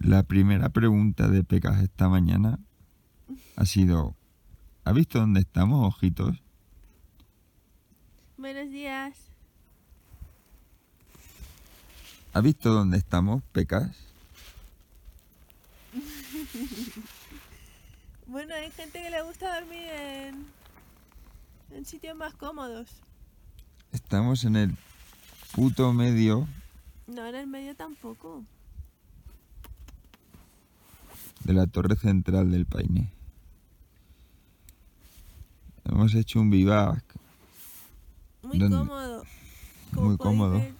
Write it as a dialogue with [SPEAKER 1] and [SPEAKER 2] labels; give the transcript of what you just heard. [SPEAKER 1] La primera pregunta de Pecas esta mañana ha sido, ¿ha visto dónde estamos, ojitos?
[SPEAKER 2] Buenos días.
[SPEAKER 1] ¿Ha visto dónde estamos, Pecas?
[SPEAKER 2] Bueno, hay gente que le gusta dormir en, en sitios más cómodos.
[SPEAKER 1] Estamos en el puto medio
[SPEAKER 2] No, en el medio tampoco.
[SPEAKER 1] de la torre central del Paine. Hemos hecho un vivac
[SPEAKER 2] Muy
[SPEAKER 1] ¿Dónde?
[SPEAKER 2] cómodo.
[SPEAKER 1] Muy
[SPEAKER 2] podéis
[SPEAKER 1] cómodo.
[SPEAKER 2] ver,